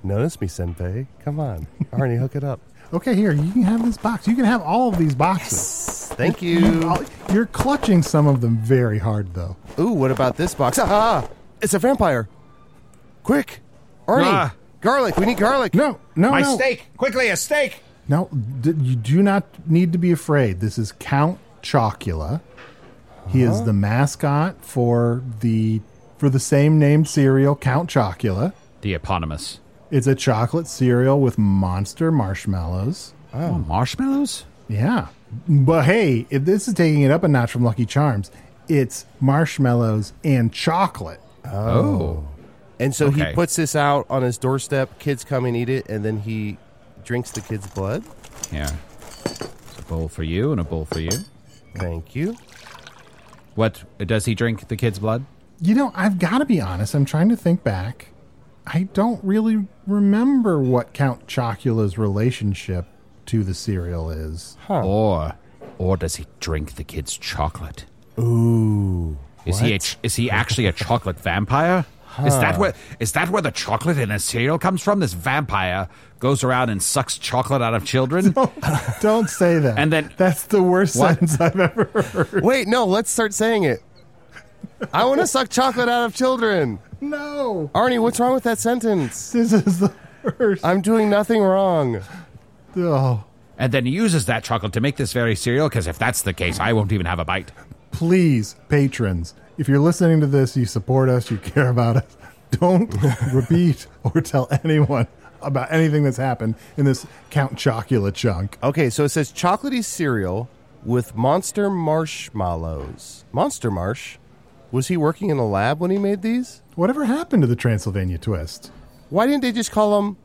S5: Notice me, Senpei. Come on. Arnie, hook it up.
S4: Okay, here you can have this box. You can have all of these boxes.
S5: Thank you.
S4: All- You're clutching some of them very hard, though.
S5: Ooh, what about this box? Ah, it's a vampire. Quick. Arnie,
S6: Ah.
S5: garlic. We need garlic.
S4: No, no,
S6: My
S4: no.
S6: steak, quickly, a steak.
S4: No, d- you do not need to be afraid. This is Count Chocula. He is the mascot for the for the same named cereal Count Chocula.
S6: The eponymous.
S4: It's a chocolate cereal with monster marshmallows.
S6: Oh, marshmallows?
S4: Yeah. But hey, if this is taking it up a notch from Lucky Charms. It's marshmallows and chocolate.
S6: Oh.
S5: And so
S6: Okay.
S5: he puts this out on his doorstep. Kids come and eat it, and then he drinks the kids' blood.
S6: Yeah. It's a bowl for you and a bowl for you.
S5: Thank you.
S6: What does he drink the kid's blood?
S4: You know, I've got to be honest. I'm trying to think back. I don't really remember what Count Chocula's relationship to the cereal is.
S5: Oh.
S6: Or or does he drink the kid's chocolate?
S5: Ooh.
S6: Is he a, ch- is he actually a chocolate vampire? Is that where is that where the chocolate in a cereal comes from? This vampire goes around and sucks chocolate out of children.
S4: Don't say that.
S6: And then-
S4: that's the worst
S6: What?
S4: sentence I've ever heard.
S5: Wait, no, let's start saying it. I want to suck chocolate out of children.
S4: No,
S5: Arnie, what's wrong with that sentence?
S4: this is the worst.
S5: I'm doing nothing wrong.
S4: Oh,
S6: and then uses that chocolate to make this very cereal. Because if that's the case, I won't even have a bite.
S4: please, patrons, if you're listening to this, you support us, you care about us. Don't repeat or tell anyone about anything that's happened in this Count Chocula chunk.
S5: Okay, so it says chocolatey cereal with monster marshmallows. Monster marsh? Was he working in a lab when he made these?
S4: Whatever happened to the Transylvania twist?
S5: Why didn't they just call them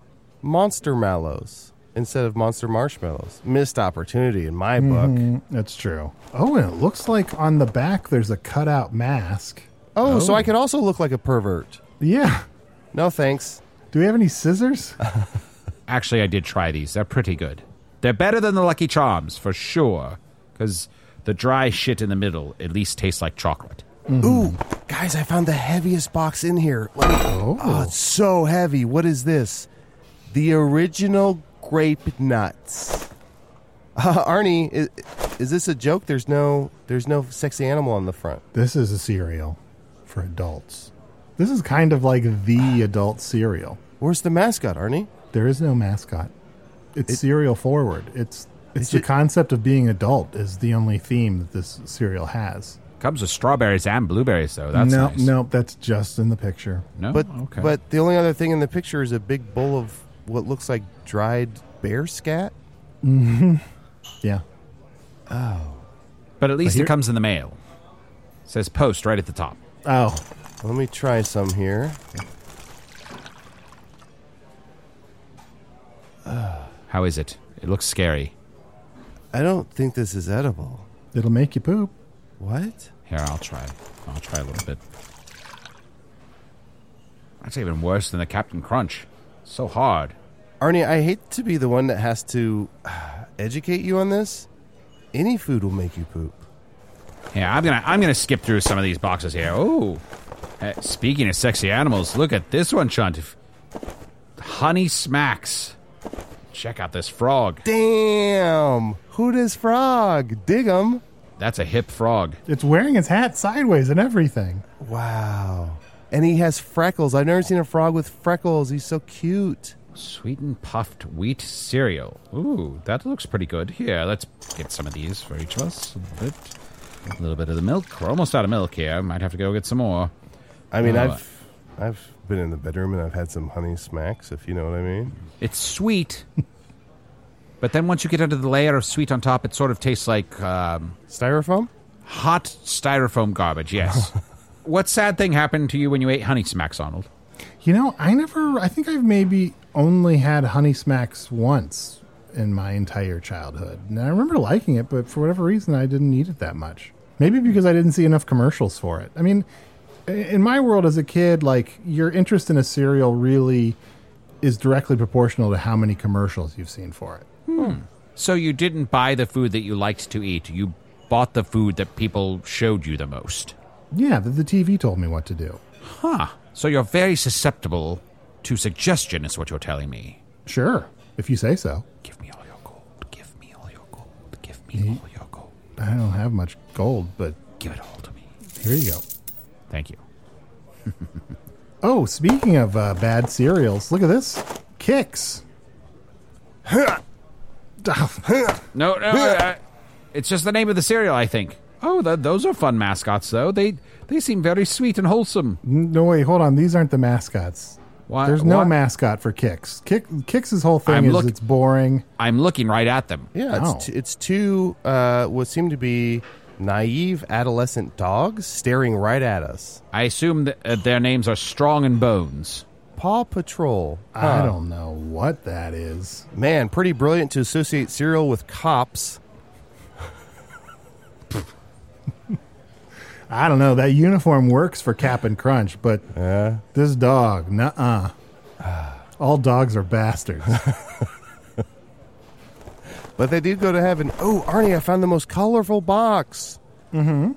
S5: monster mallows instead of monster marshmallows? Missed opportunity in my book.
S4: That's true. Oh, and it looks like on the back there's a cutout mask.
S5: Oh, so I could also look like a pervert.
S4: Yeah.
S5: No thanks.
S4: Do we have any scissors?
S6: Actually, I did try these. They're pretty good. They're better than the Lucky Charms for sure. Because the dry shit in the middle at least tastes like chocolate.
S5: Ooh, guys, I found the heaviest box in here. Let me- oh. it's so heavy. What is this? The original grape nuts. Uh, Arnie, is, is this a joke? There's no, there's no sexy animal on the front.
S4: This is a cereal for adults. This is kind of like
S6: Ah.
S4: the adult cereal.
S5: Where's the mascot, Arnie?
S4: There is no mascot. It's cereal forward. It's it's the
S5: ju-
S4: concept of being adult is the only theme that this cereal has.
S6: Comes with strawberries and blueberries, though. That's
S4: no,
S6: nice.
S4: no, that's just in the picture.
S6: no.
S5: But,
S6: Oh, okay.
S5: but the only other thing in the picture is a big bowl of what looks like dried bear scat.
S4: Yeah.
S6: But at least
S4: But here-
S6: it comes in the mail. says post right at the top.
S4: Oh,
S5: Let me try some here.
S6: How is it? It looks scary.
S5: I don't think this is edible.
S4: it'll make you poop.
S5: What?
S6: Here, I'll try. I'll try a little bit. That's even worse than the Captain Crunch. So hard.
S5: Arnie, I hate to be the one that has to uh, educate you on this. Any food will make you poop.
S6: Yeah, I'm gonna I'm gonna skip through some of these boxes here. Oh, uh, speaking of sexy animals, look at this one, Chunt. If- Honey smacks. Check out this frog.
S5: Damn! Who this frog? Dig 'em.
S6: That's a hip frog.
S4: It's wearing its hat sideways and everything.
S5: Wow. And he has freckles. I've never seen a frog with freckles. He's so cute.
S6: Sweetened puffed wheat cereal. Ooh, that looks pretty good. Here, let's get some of these for each of us. A little bit, a little bit of the milk. We're almost out of milk here. Might have to go get some more.
S5: I mean,
S6: Oh.
S5: I've I've been in the bedroom and I've had some honey smacks, if you know what I mean.
S6: It's sweet, but then once you get under the layer of sweet on top, it sort of tastes like um,
S5: Styrofoam?
S6: hot styrofoam garbage. Yes. what sad thing happened to you when you ate Honey Smacks, Arnold?
S4: You know, I never. I think I've maybe only had Honey Smacks once in my entire childhood, and I remember liking it, but for whatever reason, I didn't eat it that much. Maybe because I didn't see enough commercials for it. I mean, i- in my world as a kid, like your interest in a cereal really is directly proportional to how many commercials you've seen for it.
S6: So you didn't buy the food that you liked to eat. You bought the food that people showed you the most.
S4: Yeah, that the TV told me what to do.
S6: Huh. So you're very susceptible to suggestion, is what you're telling me.
S4: Sure, if you say so.
S6: Give me all your gold. Give me all your gold. Give
S4: Hmm?
S6: me all your gold.
S4: I don't have much gold, but
S6: Give it all to me.
S4: here you go.
S6: Thank you.
S4: Oh, speaking of uh, bad cereals, look at this. Kicks.
S6: No, no. uh, it's just the name of the cereal, I think. Oh, th those are fun mascots, though. They they seem very sweet and wholesome.
S4: No, wait, hold on. These aren't the mascots.
S6: Why-
S4: There's no
S6: why-
S4: mascot for Kicks. Kick Kicks' whole thing
S6: Uh, I'm
S4: is
S6: look-
S4: it's boring.
S6: I'm looking right at them.
S5: Yeah,
S4: Oh.
S5: it's, t- it's two uh, what seem to be naive adolescent dogs staring right at us.
S6: I assume that uh, their names are Strong and Bones.
S5: Paw Patrol.
S4: I don't know what that is.
S5: Man, pretty brilliant to associate cereal with cops.
S4: I don't know. That uniform works for Cap and Crunch, but this dog, nuh uh. All dogs are bastards.
S5: But they did go to heaven. Oh, Arnie, I found the most colorful box. Mm-hmm.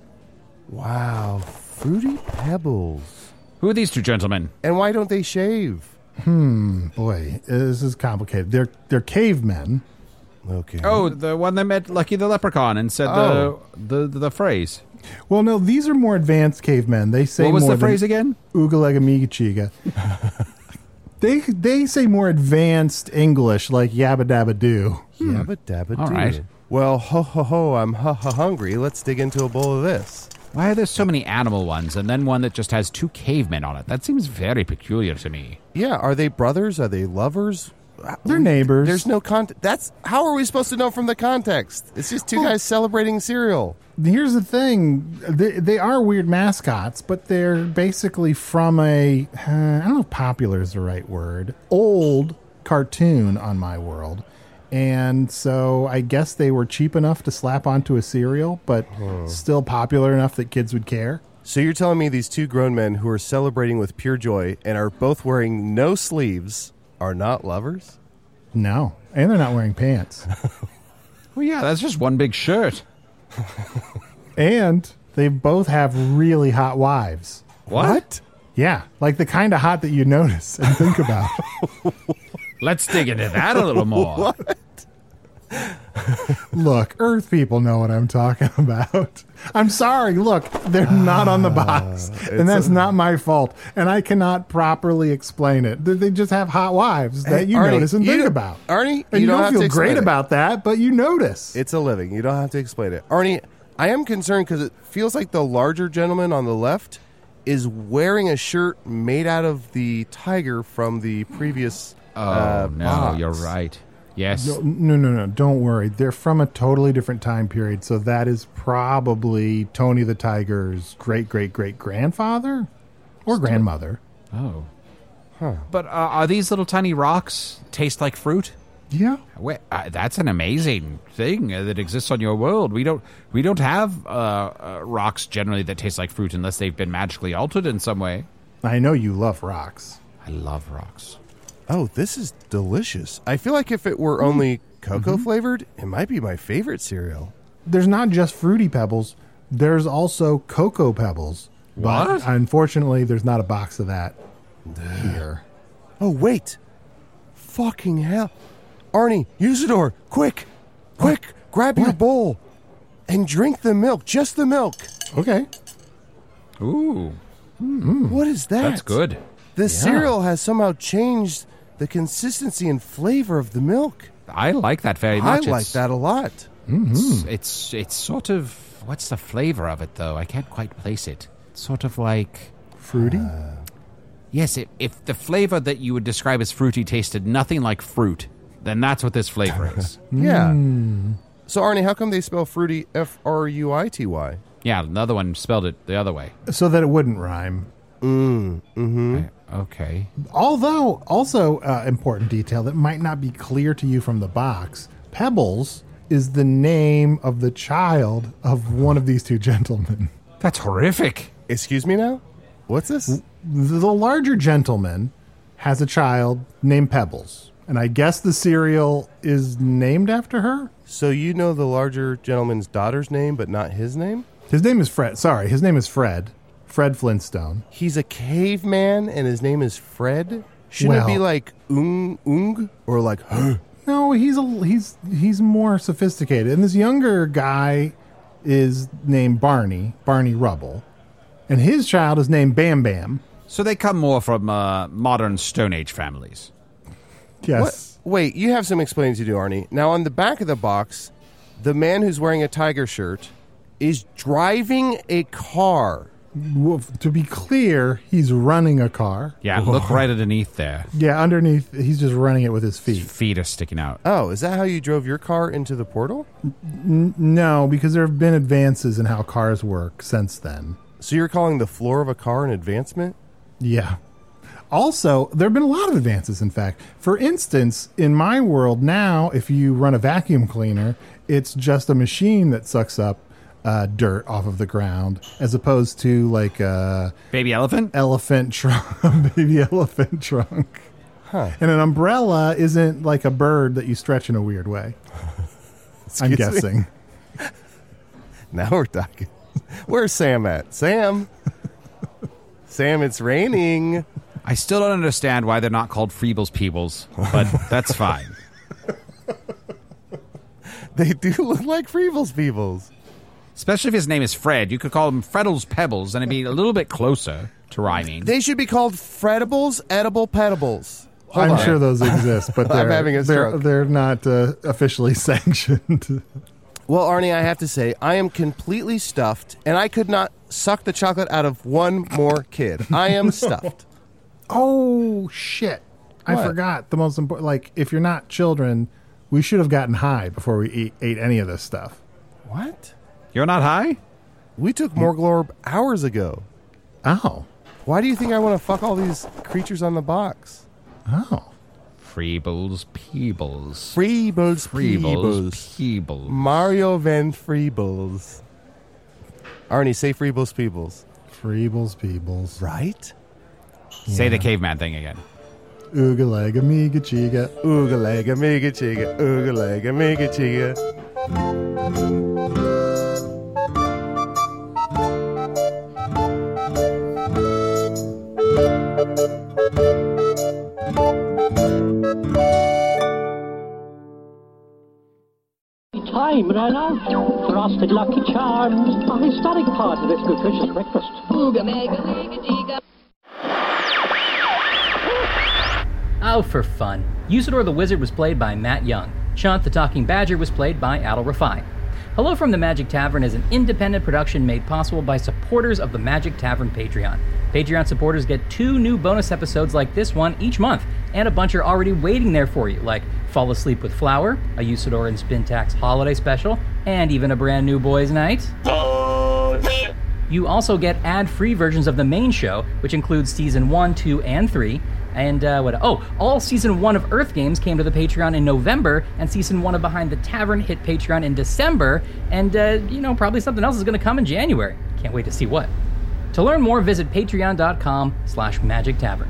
S5: Wow. Fruity pebbles.
S6: Who are these two gentlemen?
S5: And why don't they shave?
S4: Boy, this is complicated. They're they're cavemen.
S5: Okay.
S6: Oh, the one that met Lucky the Leprechaun and said
S5: Oh.
S6: the, the the phrase.
S4: Well, no, these are more advanced cavemen. They say
S6: What was
S4: more
S6: the phrase
S4: than,
S6: again?
S4: Oogalega Migachiga. they they say more advanced English like yabba dabba doo.
S5: Yabba dabba
S6: All
S5: doo.
S6: right.
S5: Well, ho ho ho, I'm ha ha hungry. Let's dig into a bowl of this.
S6: Why are there so many animal ones and then one that just has two cavemen on it? That seems very peculiar to me.
S5: Yeah, are they brothers? Are they lovers?
S4: They're neighbors.
S5: There's no context. That's how are we supposed to know from the context? It's just two guys celebrating cereal.
S4: Here's the thing: they, they are weird mascots, but they're basically from a uh, I don't know if popular is the right word old cartoon on my world, and so I guess they were cheap enough to slap onto a cereal, but still popular enough that kids would care.
S5: So you're telling me these two grown men who are celebrating with pure joy and are both wearing no sleeves are not lovers?
S4: No, and they're not wearing pants,
S6: Well, yeah, that's just one big shirt.
S4: and they both have really hot wives.
S6: What?
S4: Yeah, like the kind of hot that you notice and think about.
S6: Let's dig into that a little more.
S4: Look, Earth people know what I'm talking about. I'm sorry. Look, they're not on the
S5: Ah,
S4: box, and that's not my fault. And I cannot properly explain it. They- They just have hot wives that you
S5: Arnie,
S4: notice and
S5: you
S4: think
S5: don't-
S4: about.
S5: Arnie,
S4: and
S5: you
S4: you,
S5: don't
S4: don't,
S5: have to
S4: feel
S5: explain
S4: great
S5: it.
S4: about that, but you notice.
S5: It's a living. You don't have to explain it. Arnie, I am concerned because it feels like the larger gentleman on the left is wearing a shirt made out of the tiger from the previous.
S6: Oh, no, you're right. Yes.
S4: No, no, no, no. Don't worry. They're from a totally different time period, so that is probably Tony the Tiger's great great great grandfather or grandmother.
S6: Oh. But uh, are these little tiny rocks taste like fruit?
S4: Yeah.
S6: Wait, uh, that's an amazing thing uh, that exists on your world. We don't we don't have uh, uh, rocks generally that taste like fruit unless they've been magically altered in some way.
S4: I know you love rocks.
S6: I love rocks.
S5: Oh, this is delicious. I feel like if it were
S4: Mm.
S5: only cocoa
S4: Mm-hmm.
S5: flavored, it might be my favorite cereal.
S4: there's not just fruity pebbles. There's also cocoa pebbles. But
S6: What?
S4: unfortunately, there's not a box of that here.
S5: Oh, wait. Fucking hell. Arnie, Usador, quick, quick, grab your
S4: What?
S5: bowl and drink the milk, just the milk.
S4: Okay. Hmm.
S6: Ooh,
S5: What is that?
S6: that's good.
S5: The cereal has somehow changed the consistency and flavor of the milk.
S6: I like that very
S5: I
S6: much.
S5: like
S6: It's-
S5: that Mm. a lot.
S6: It's, it's it's sort of what's the flavor of it though? I can't quite place it. Sort of like
S4: Fruity?
S6: yes, if, if the flavor that you would describe as fruity tasted nothing like fruit, then that's what this flavor is.
S5: Yeah.
S4: Hmm.
S5: So, Arnie, how come they spell fruity F R U I T Y?
S6: yeah, another one spelled it the other way.
S4: so that it wouldn't rhyme.
S6: Okay.
S4: Although, also uh, important detail that might not be clear to you from the box Pebbles is the name of the child of one of these two gentlemen.
S6: That's horrific.
S5: Excuse me now? What's this?
S4: The larger gentleman has a child named Pebbles. And I guess the cereal is named after her?
S5: So, you know the larger gentleman's daughter's name, but not his name?
S4: His name is Fred. Sorry, his name is Fred. Fred Flintstone.
S5: He's a caveman and his name is Fred? Shouldn't it be
S4: Well-
S5: like Ung Ung or like huh?
S4: No, he's a he's he's more sophisticated. And this younger guy is named Barney, Barney Rubble. And his child is named Bam Bam.
S6: So they come more from uh, modern Stone Age families.
S4: Yes.
S5: What? Wait, you have some explaining to do, Arnie. Now, on the back of the box, the man who's wearing a tiger shirt is driving a car.
S4: Well, to be clear, he's running a car.
S6: Yeah, look right underneath there.
S4: Yeah, underneath, he's just running it with his feet.
S6: Feet are sticking out.
S5: Oh, is that how you drove your car into the portal?
S4: No, because there have been advances in how cars work since then.
S5: So you're calling the floor of a car an advancement?
S4: Yeah. Also, there have been a lot of advances, in fact. For instance, in my world now, if you run a vacuum cleaner, it's just a machine that sucks up uh, dirt off of the ground, as opposed to like a
S6: Baby elephant?
S4: elephant trunk, baby elephant trunk. And an umbrella isn't like a bird that you stretch in a weird way. I'm
S5: Excuse me?
S4: guessing.
S5: Now we're talking. Where's Sam at? Sam? Sam, it's raining.
S6: I still don't understand why they're not called Freebles Peebles, but that's fine.
S5: They do look like Freebles peoples.
S6: Especially if his name is Fred. You could call him Freddles Pebbles, and it'd be a little bit closer to rhyming.
S5: They should be called Fredibles, Edible Pedibles. Hold
S4: I'm
S5: on.
S4: sure those exist, but they're
S5: I'm having a
S4: they're,
S5: stroke.
S4: they're not uh, officially sanctioned.
S5: Well, Arnie, I have to say, I am completely stuffed, and I could not suck the chocolate out of one more kid. I am stuffed.
S4: oh shit! I
S5: What?
S4: forgot the most important. Like, if you're not children, we should have gotten high before we eat, ate any of this stuff.
S5: What?
S6: You're not high?
S5: We took Morglorb hours ago.
S4: Oh,
S5: Why do you think I want to fuck all these creatures on the box?
S4: oh,
S6: Freebles Peebles.
S5: Freebles,
S6: Freebles Peebles.
S5: Mario Van Freebles. Arnie, say Freebles, Peebles.
S4: Freebles, Peebles,
S5: Right?
S6: Say the caveman thing again.
S4: Ooga leg, amiga chiga.
S5: Ooga lega, mega chiga, ooga lega, mega chiga.
S9: Time, ran out. Frosted Lucky Charms, a historic part of this nutritious breakfast.
S2: Oh, for fun. Usador the Wizard was played by Matt Young. Chant the Talking Badger was played by Adel Rafai. Hello from the Magic Tavern is an independent production made possible by supporters of the Magic Tavern Patreon. Patreon supporters get two new bonus episodes like this one each month, and a bunch are already waiting there for you, like Fall Asleep with Flower, a Usador and Spintax holiday special, and even a brand new Boys Night. You also get ad-free versions of the main show, which includes season one, two, and three. And uh, what? Oh, all season one of Earth Games came to the Patreon in November, and season one of Behind the Tavern hit Patreon in December. And uh, you know, probably something else is going to come in January. Can't wait to see what. To learn more, visit patreon.com/slash Magic Tavern.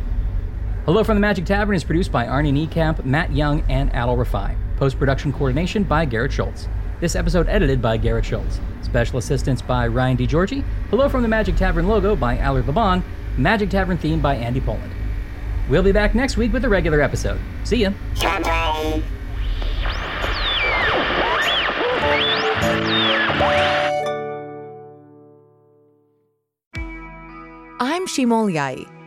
S2: Hello from the Magic Tavern is produced by Arnie Niekamp, Matt Young, and Adel Rafai. Post production coordination by Garrett Schultz. This episode edited by Garrett Schultz. Special assistance by Ryan DiGiorgi. Hello from the Magic Tavern logo by Allard Laban. Magic Tavern theme by Andy Poland. We'll be back next week with a regular episode. See ya.
S10: I'm Shimol Yai,